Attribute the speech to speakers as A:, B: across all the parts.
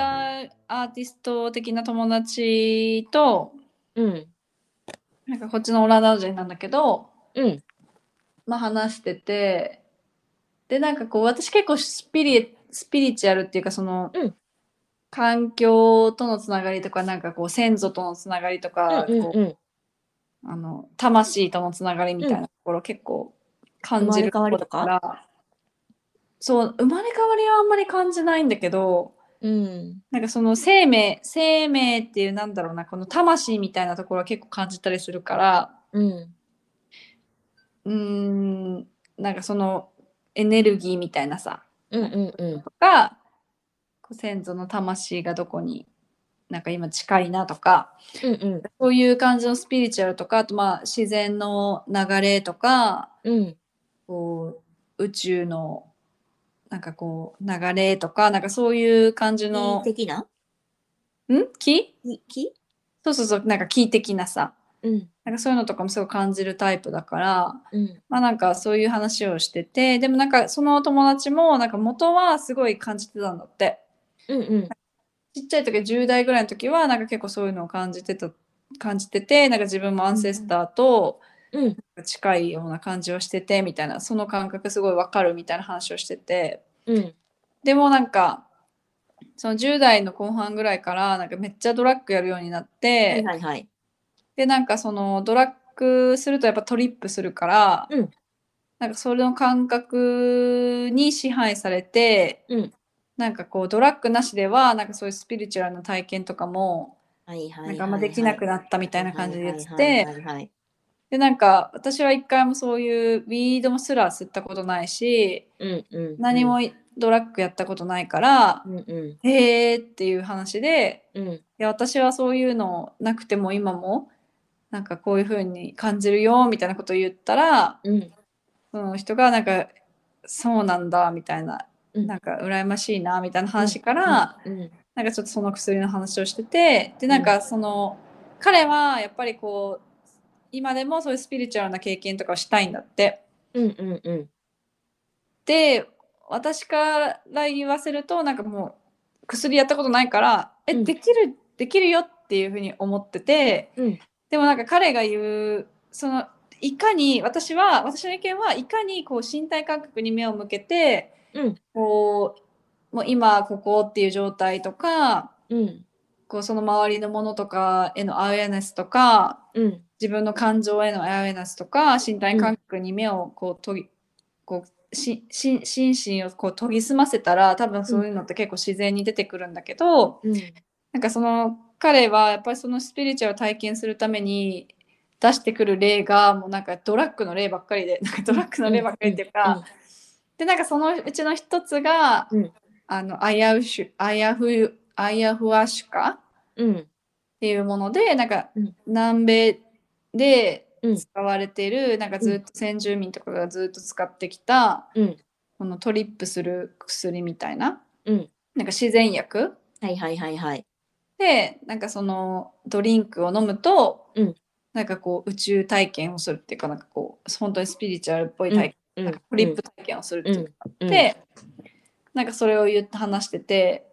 A: アーティスト的な友達と、
B: うん。
A: なんかこっちのオランダ人なんだけど、
B: うん。
A: まあ話してて、で、なんかこう、私結構スピリ、スピリチュアルっていうか、その、
B: うん
A: 環境とのつながりとか、なんかこう、先祖とのつながりとか、
B: うん。
A: こ
B: うん。
A: うあの、魂とのつながりみたいなところ結構感じる
B: 生まれ変わりと
A: 方だ
B: か
A: らそう、生まれ変わりはあんまり感じないんだけど、
B: うん。
A: なんかその生命生命っていうなんだろうなこの魂みたいなところは結構感じたりするから
B: うん。
A: うーんなんかそのエネルギーみたいなさ
B: うん。うん。
A: とかこう先祖の魂がどこになんか今近いなとか
B: うん。
A: そういう感じのスピリチュアルとかあとまあ自然の流れとか
B: うん。
A: こう宇宙のなんかこう流れとかなんかそういう感じの
B: 的な。
A: ん木
B: き。
A: そうそうそうなんか木的なさ
B: うん。
A: なんかそういうのとかもすごい感じるタイプだから、
B: うん。
A: まあなんかそういう話をしてて、でもなんかその友達もなんか元はすごい感じてたんだって。
B: うん。うん。
A: ちっちゃい時、10代ぐらいの時はなんか結構そういうのを感じてた、感じてて、なんか自分もアンセスターと
B: うん。
A: 近いような感じをしててみたいな、その感覚すごいわかるみたいな話をしてて、
B: うん。
A: でもなんか、その10代の後半ぐらいからなんかめっちゃドラッグやるようになって、
B: はい。はい。はい。
A: でなんかそのドラッグするとやっぱトリップするから、
B: うん
A: なんかそれの感覚に支配されて、
B: うん
A: なんかこうドラッグなしではなんかそういうスピリチュアルな体験とかも
B: はい。はい。
A: なんかあんまできなくなったみたいな感じで言ってて、
B: はい。はい。
A: でなんか私は一回もそういうウィードもすら吸ったことないし
B: うん。うん。
A: 何も。いドラッグやったことないから
B: う、ん。うん。
A: へーっていう話で
B: うん。
A: いや私はそういうのなくても今もなんかこういう風に感じるよみたいなことを言ったら
B: うん。
A: その人がなんかそうなんだみたいな
B: うん
A: なんか羨ましいなみたいな話から、
B: うん。
A: なんかちょっとその薬の話をしててでなんかその彼はやっぱりこう今でもそういうスピリチュアルな経験とかをしたいんだって。
B: うん。うん。うん。
A: で私から言わせるとなんかもう薬やったことないから、
B: う
A: え
B: ん
A: できるできるよっていうふうに思ってて、
B: うん
A: でもなんか彼が言うそのいかに私は私の意見はいかにこう身体感覚に目を向けて、
B: うん
A: こうもう今ここっていう状態とか
B: うん。
A: こうその周りのものとかへのアウェアネスとか
B: うん。
A: 自分の感情へのアウェイナスとか身体感覚に目をこうとぎ、こうしし心身をこう研ぎ澄ませたら多分そういうのって結構自然に出てくるんだけど、
B: うん。
A: なんかその彼はやっぱりそのスピリチュアルを体験するために出してくる例がもうなんかドラッグの例ばっかりでなんかドラッグの例ばっかりっていうか、
B: うん
A: でなんかそのうちの一つが、
B: うん
A: あのアヤウシュアヤフアヤフアシュカ
B: うん。
A: っていうものでなんか
B: うん
A: 南米で
B: うん
A: 使われている、なんかずっと先住民とかがずっと使ってきた、
B: うん
A: このトリップする薬みたいな,、
B: うん
A: なんか自然薬
B: はい。はい。はい。はい。
A: でなんかそのドリンクを飲むと、
B: うん
A: なんかこう宇宙体験をするっていうかなんかこう本当にスピリチュアルっぽい体験、
B: う
A: なんかトリップ。体験をするっていうか
B: うん。
A: で、なんかそれを言って話してて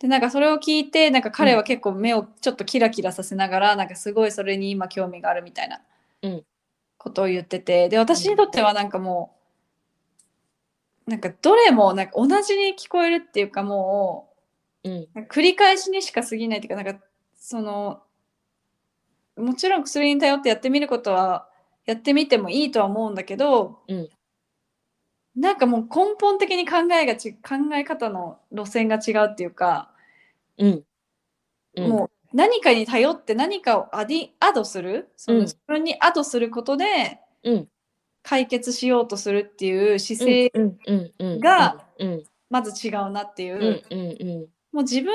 A: でなんかそれを聞いてなんか彼は結構目をちょっとキラキラさせながら、なんかすごいそれに今興味があるみたいな
B: うん
A: ことを言っててで私にとってはなんかもうなんかどれもなんか同じに聞こえるっていうかも
B: うん。
A: うなんか繰り返しにしか過ぎないっていうかなんかそのもちろん薬に頼ってやってみることはやってみてもいいとは思うんだけど、
B: うん
A: なんかもう根本的に考えがち考え方の路線が違うっていうか、
B: うん。うん。
A: もう何かに頼って何かをアディアドするその
B: うん
A: 自分にアドすることで
B: うん。
A: 解決しようとするっていう姿勢
B: うんうんうんうん
A: が
B: うん
A: まず違うなっていう、
B: うんうん
A: もう自分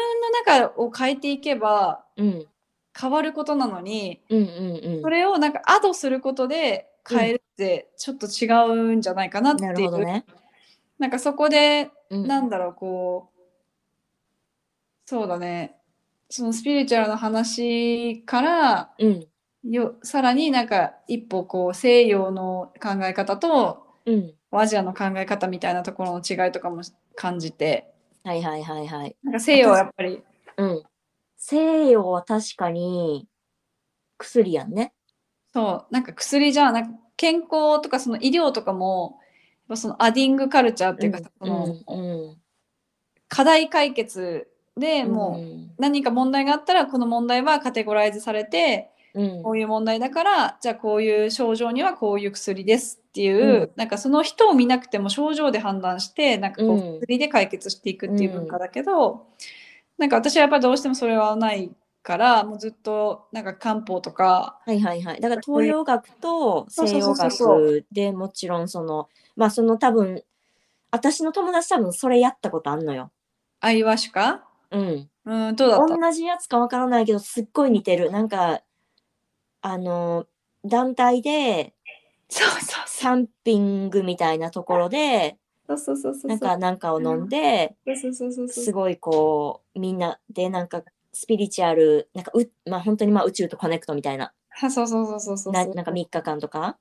A: の中を変えていけば
B: うん
A: 変わることなのに
B: うんうん
A: それをなんかアドすることで変えるってちょっと違うんじゃないかなって
B: なる
A: い
B: ほ
A: う
B: どね。
A: なんかそこで
B: うん
A: なんだろうこうそうだねそのスピリチュアルの話から
B: うん
A: よさらになんか一歩こう西洋の考え方と
B: うん
A: アジアの考え方みたいなところの違いとかも感じて
B: はいはいはいはい。
A: なんか西洋はやっぱり
B: うん西洋は確かに薬やんね。
A: そうなんか薬じゃなんか健康とかその医療とかもやっぱそのアディングカルチャーっていうか、
B: う
A: その
B: んうん
A: 課題解決で
B: うん、
A: もう何か問題があったらこの問題はカテゴライズされて
B: うん、
A: こういう問題だからじゃあこういう症状にはこういう薬ですっていう、
B: うん
A: なんかその人を見なくても症状で判断してなんかこう
B: うん
A: 薬で解決していくっていう文化だけど、なんか私はやっぱどうしてもそれはないからもうずっとなんか漢方とか
B: はいはいはい。だから東洋学と
A: そうそ
B: 西
A: うそ
B: 洋
A: うそう
B: 学でもちろんそのまあその多分私の友達多分それやったことあんのよ。
A: アイワシュカ
B: うん。
A: うんどうだった
B: 同じやつかわからないけどすっごい似てる。なんかあの団体で
A: そうそうそう
B: サンピングみたいなところで
A: そうそうそうそう
B: なんかなんかを飲んで
A: そうそうそうそう
B: すごいこうみんなでなんかスピリチュアルなんかうまあ本当にまあ宇宙とコネクトみたいな
A: あそうそうそうそうそう
B: ななんか3日間とか。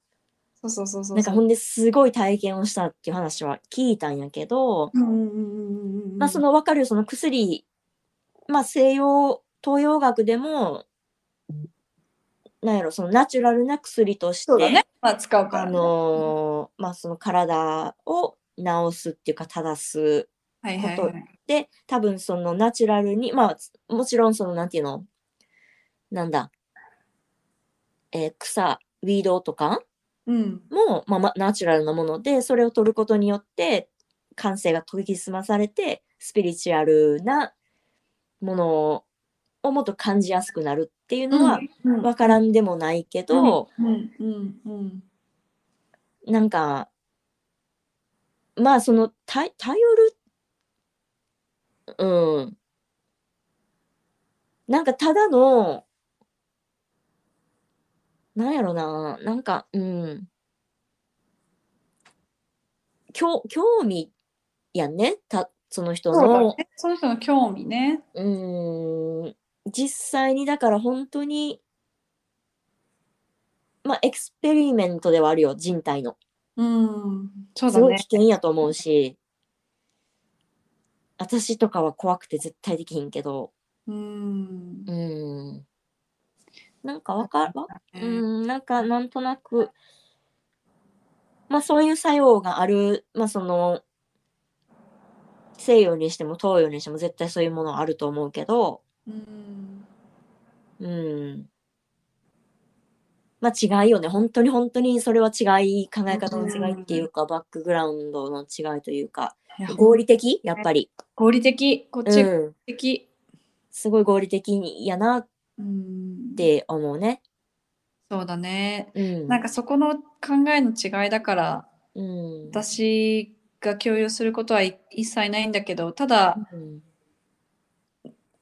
A: そうそうそうそう
B: なんかほんですごい体験をしたっていう話は聞いたんやけど、
A: うんうんうんうんうんうん
B: まあその分かるよその薬、まあ西洋東洋学でもなんやろそのナチュラルな薬として
A: そうだねまあ使うか
B: あ
A: らね
B: のーまあその体を治すっていうか正す
A: はいはいはい
B: で多分そのナチュラルにまあもちろんそのなんていうのなんだ、えー草ウィードとか
A: うん
B: も、まあま、ナチュラルなものでそれを取ることによって感性が研ぎ澄まされてスピリチュアルなものをもっと感じやすくなるっていうのは
A: うん
B: 分からんでもないけど、
A: うんうんうん
B: なんかまあそのた頼るうんなんかただのなんやろななんかうん興興味やんねたその人
A: そう
B: の
A: だねその人の興味ね
B: うーん実際にだから本当にまあエクスペリメントではあるよ人体の。
A: うんそう
B: す
A: だ
B: ごい
A: ね
B: 危険やと思うし、私とかは怖くて絶対できひんけど、
A: うん
B: うん。なんかわかる、わ
A: う
B: うんん、なんかなんとなく、まあそういう作用がある、まあその、西洋にしても東洋にしても絶対そういうものはあると思うけど、
A: うん
B: うん。まあ違いよね。本当に本当にそれは違い、考え方の違いっていうか、バックグラウンドの違いというか、
A: いや
B: 合理的やっぱり。
A: 合理的こっち合
B: うん、
A: 理的
B: すごい合理的にやなっ
A: うん
B: て思うね。
A: そうだね
B: うん。
A: なんかそこの考えの違いだから
B: うん、
A: 私が共有することはい一切ないんだけどただ
B: うん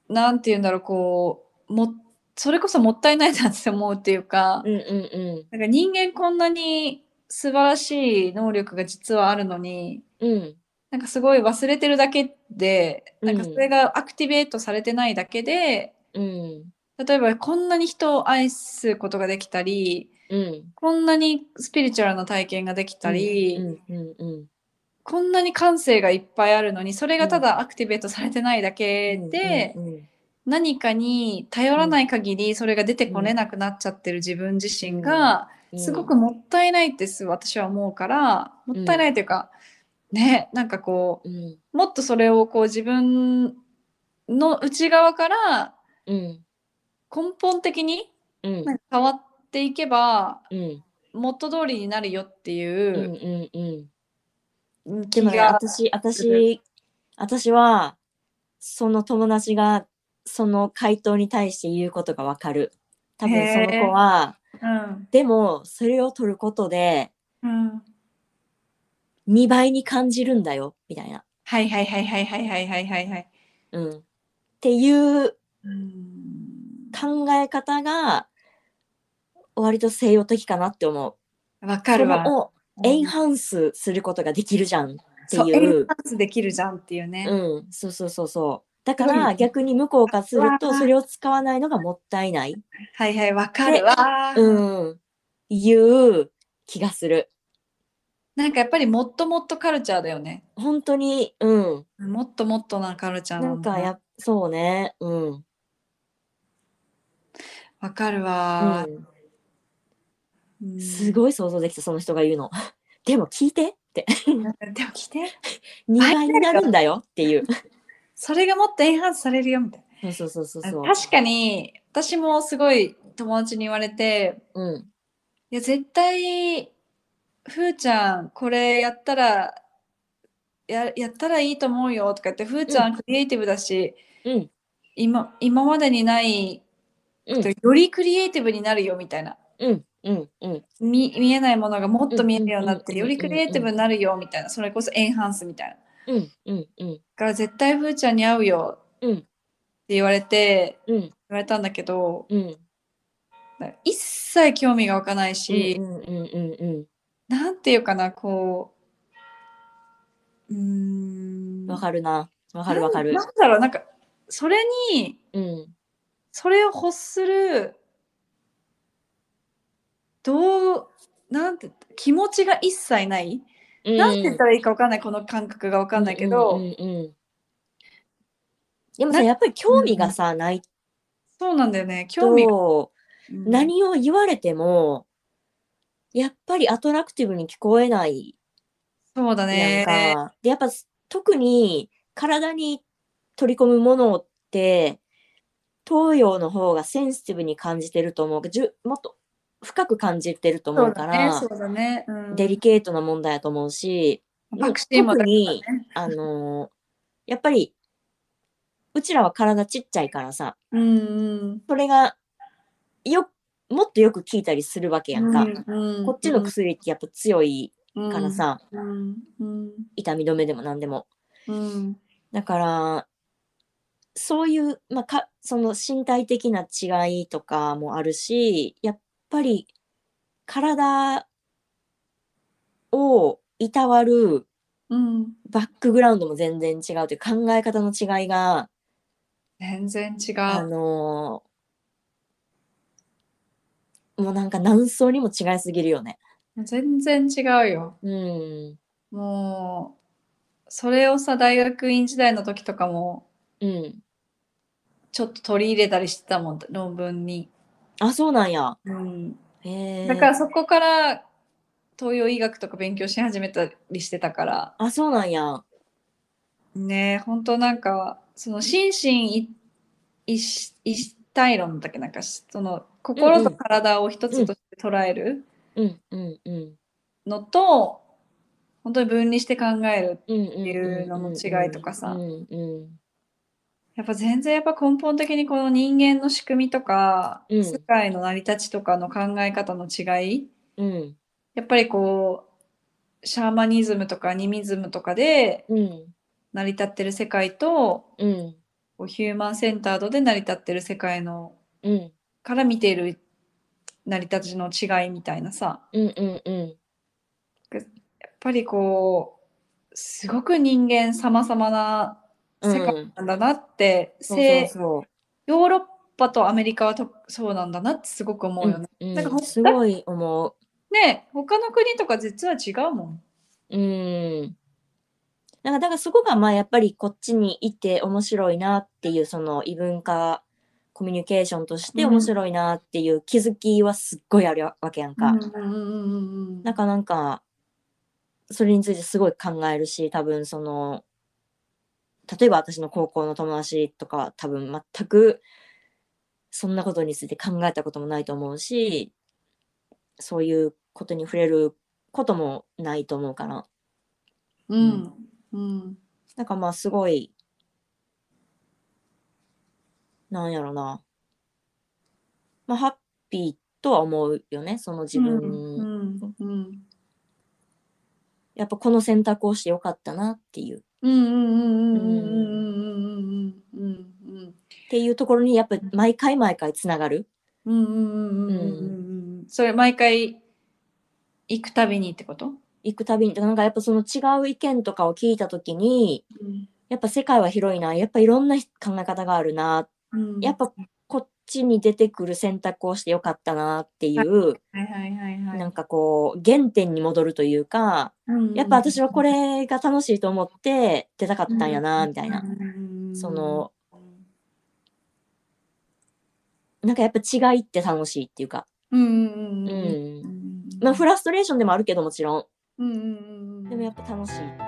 A: なんて言うんだろうこうもそれこそもったいないなって思うっていうか
B: うんう
A: なんか人間こんなに素晴らしい能力が実はあるのに
B: んうん。うん
A: なんかすごい忘れてるだけでなんか
B: うん
A: それがアクティベートされてないだけで、
B: うん
A: 例えばこんなに人を愛すことができたり
B: うん。
A: こんなにスピリチュアルな体験ができたり、
B: うんうんうん。
A: こんなに感性がいっぱいあるのにそれがただアクティベートされてないだけで、
B: うんうん
A: 何かに頼らない限りそれが出てこれなくなっちゃってる自分自身が
B: うん、
A: すごくもったいないってす私は思うからもったいないというか、ねなんかこ
B: うん
A: うもっとそれをこう自分の内側から
B: うん
A: 根本的に
B: うん
A: なんか変わっていけば
B: うん
A: 元通りになるよって
B: うん
A: いう
B: うんうん。
A: 気
B: でもね、
A: が、
B: 私、私、私は、その友達が、その回答に対して言うことがわかる。多分その子は、
A: うん
B: でも、それを取ることで、
A: うん、
B: 2倍に感じるんだよ、みたいな。
A: はいはいはいはいはいはいはいはいはい。
B: うん。っていう
A: うん
B: 考え方が、割と西洋的かなって思う。
A: わかるわ
B: そ。れをエンハンスすることができるじゃんって
A: そう、
B: い
A: エン
B: う
A: ハ。ンスできるじゃんっていうね。
B: うん。そうそうそうそう。だか
A: う
B: ら
A: ん
B: 逆に向こうからする
A: う
B: と、
A: わー
B: それを使わないのがもったいない。
A: はいはい、わかるわ。
B: うん。いう気がする。
A: なんかやっぱりもっともっとカルチャーだよね。
B: 本当に、うん。
A: もっともっとなカルチャー
B: な
A: なんんだ
B: かや、そうね。うん。
A: わかるわ、
B: うん
A: うん
B: すごい想像できたその人が言うの でも聞いてって
A: でも来て
B: 2倍になるんだよっていう
A: それがもっとエンハンスされるよみたいな
B: そうそうそうそうそう
A: 確かに私もすごい友達に言われて
B: うん
A: いや絶対ふーちゃんこれやったらややったらいいと思うよとか言ってふーちゃんクリエイティブだし、
B: うん
A: 今今までにない、
B: うん
A: よりクリエイティブになるよみたいな
B: うんうんうん
A: 見見えないものがもっと見えるようになって、
B: うん
A: よりクリエイティブになるよみたいなそれこそエンハンスみたいなだ
B: うんうんうん
A: から絶対ふーちゃんに合うよ
B: うん
A: って言われて
B: うん
A: 言われたんだけど
B: うん
A: なんか一切興味が湧かないし、
B: うんうんうんうん
A: なんていうかなこううーん
B: わかるなわかるわかる
A: なんなんだろうなんかそれに
B: うん
A: それを欲するどうなんて気持ちが一切ない、
B: うん
A: なんて言ったらいいかわかんないこの感覚がわかんないけど、
B: うんうんうんでもさやっぱり興味がさない
A: そうなんだよね興味が、
B: と
A: うん
B: 何を言われてもやっぱりアトラクティブに聞こえない
A: そうだ
B: やん
A: ね
B: か、でやっぱ特に体に取り込むものって東洋の方がセンシティブに感じてると思うじゅもっと深く感じてると
A: そ
B: 思
A: う
B: うか
A: だね
B: ら、
A: そうだね、うん、
B: デリケートな問題だと思うし
A: バクシーもだ
B: 特
A: ね
B: にあのやっぱりうちらは体ちっちゃいからさ
A: うんうん
B: それがよもっとよく聞いたりするわけやんか、
A: うんうん
B: こっちの薬ってやっぱ強いからさ、
A: うんうん
B: 痛み止めでも何でも
A: うん
B: だからそういう、まあ、かその身体的な違いとかもあるしやっぱり体をいたわる
A: うん
B: バックグラウンドも全然違うという考え方の違いが、
A: 全然違
B: あ
A: う。
B: のーもうなんか何層にも違いすぎるよね。
A: 全然違うよ。
B: うん。
A: もう、それをさ、大学院時代の時とかも、
B: うん。
A: ちょっと取り入れたりしてたもん、論文に。
B: あ、そうなんや。
A: うん、
B: へえ。
A: だからそこから、東洋医学とか勉強し始めたりしてたから、
B: あ、そうなんや。
A: ねえ、本当なんか、その心身一一一体論だっけなんか、その心と体を一つとして捉える。
B: うんうんうん。
A: のと本当に分離して考える
B: うん
A: っていうのの違いとかさ
B: うんうん
A: やっぱ全然やっぱ根本的にこの人間の仕組みとか、
B: うん
A: 世界の成り立ちとかの考え方の違い
B: うん
A: やっぱりこうシャーマニズムとかアニミズムとかで
B: うん
A: 成り立ってる世界と
B: うん
A: こうヒューマンセンタードで成り立ってる世界の
B: うん
A: から見ている成り立ちの違いみたいなさ
B: うんうんうん
A: やっぱりこうすごく人間様々な世界なんだなって、
B: そう
A: せ
B: そう
A: ヨーロッパとアメリカはとそうなんだなってすごく思
B: そうう
A: よね。
B: うん
A: なんか
B: う
A: ほ
B: んすごい思う
A: ねえ他の国とか実は違うもん。
B: うんなんかだからそこがまあやっぱりこっちにいて面白いなっていうその異文化コミュニケーションとして面白いなっていう気づきはすっごいあるわけやんか、
A: うんうんうんうん
B: なんかなんかそれについてすごい考えるし多分その例えば私の高校の友達とかは多分全くそんなことについて考えたこともないと思うしそういうことに触れることもないと思うから
A: うんうん
B: なんかまあすごいなんやろなまあハッピーとは思うよねその自分、
A: うんうんうん
B: やっぱこの選択をしてよかったなっていう。
A: うんうんうんうんうんうんうんうん
B: っていうところにやっぱり毎回毎回つながる。
A: うんうんうんうんうんうんうんそれ毎回行くたびにってこと
B: 行くたびになんかやっぱその違う意見とかを聞いた時にやっぱ世界は広いなやっぱいろんな考え方があるな
A: うん
B: やっぱこっちに出てくる選択をしてよかったなっていう
A: はいはいはいはい
B: なんかこう原点に戻るというかやっぱ私はこれが楽しいと思って出たかったんやなみたいな
A: うんうんうんうん
B: そのなんかやっぱ違いって楽しいっていうか、
A: うんうん
B: う
A: うんうん
B: ん
A: うん
B: まあ、フラストレーションでもあるけどもちろん
A: うんうんうんうん
B: でもやっぱ楽しい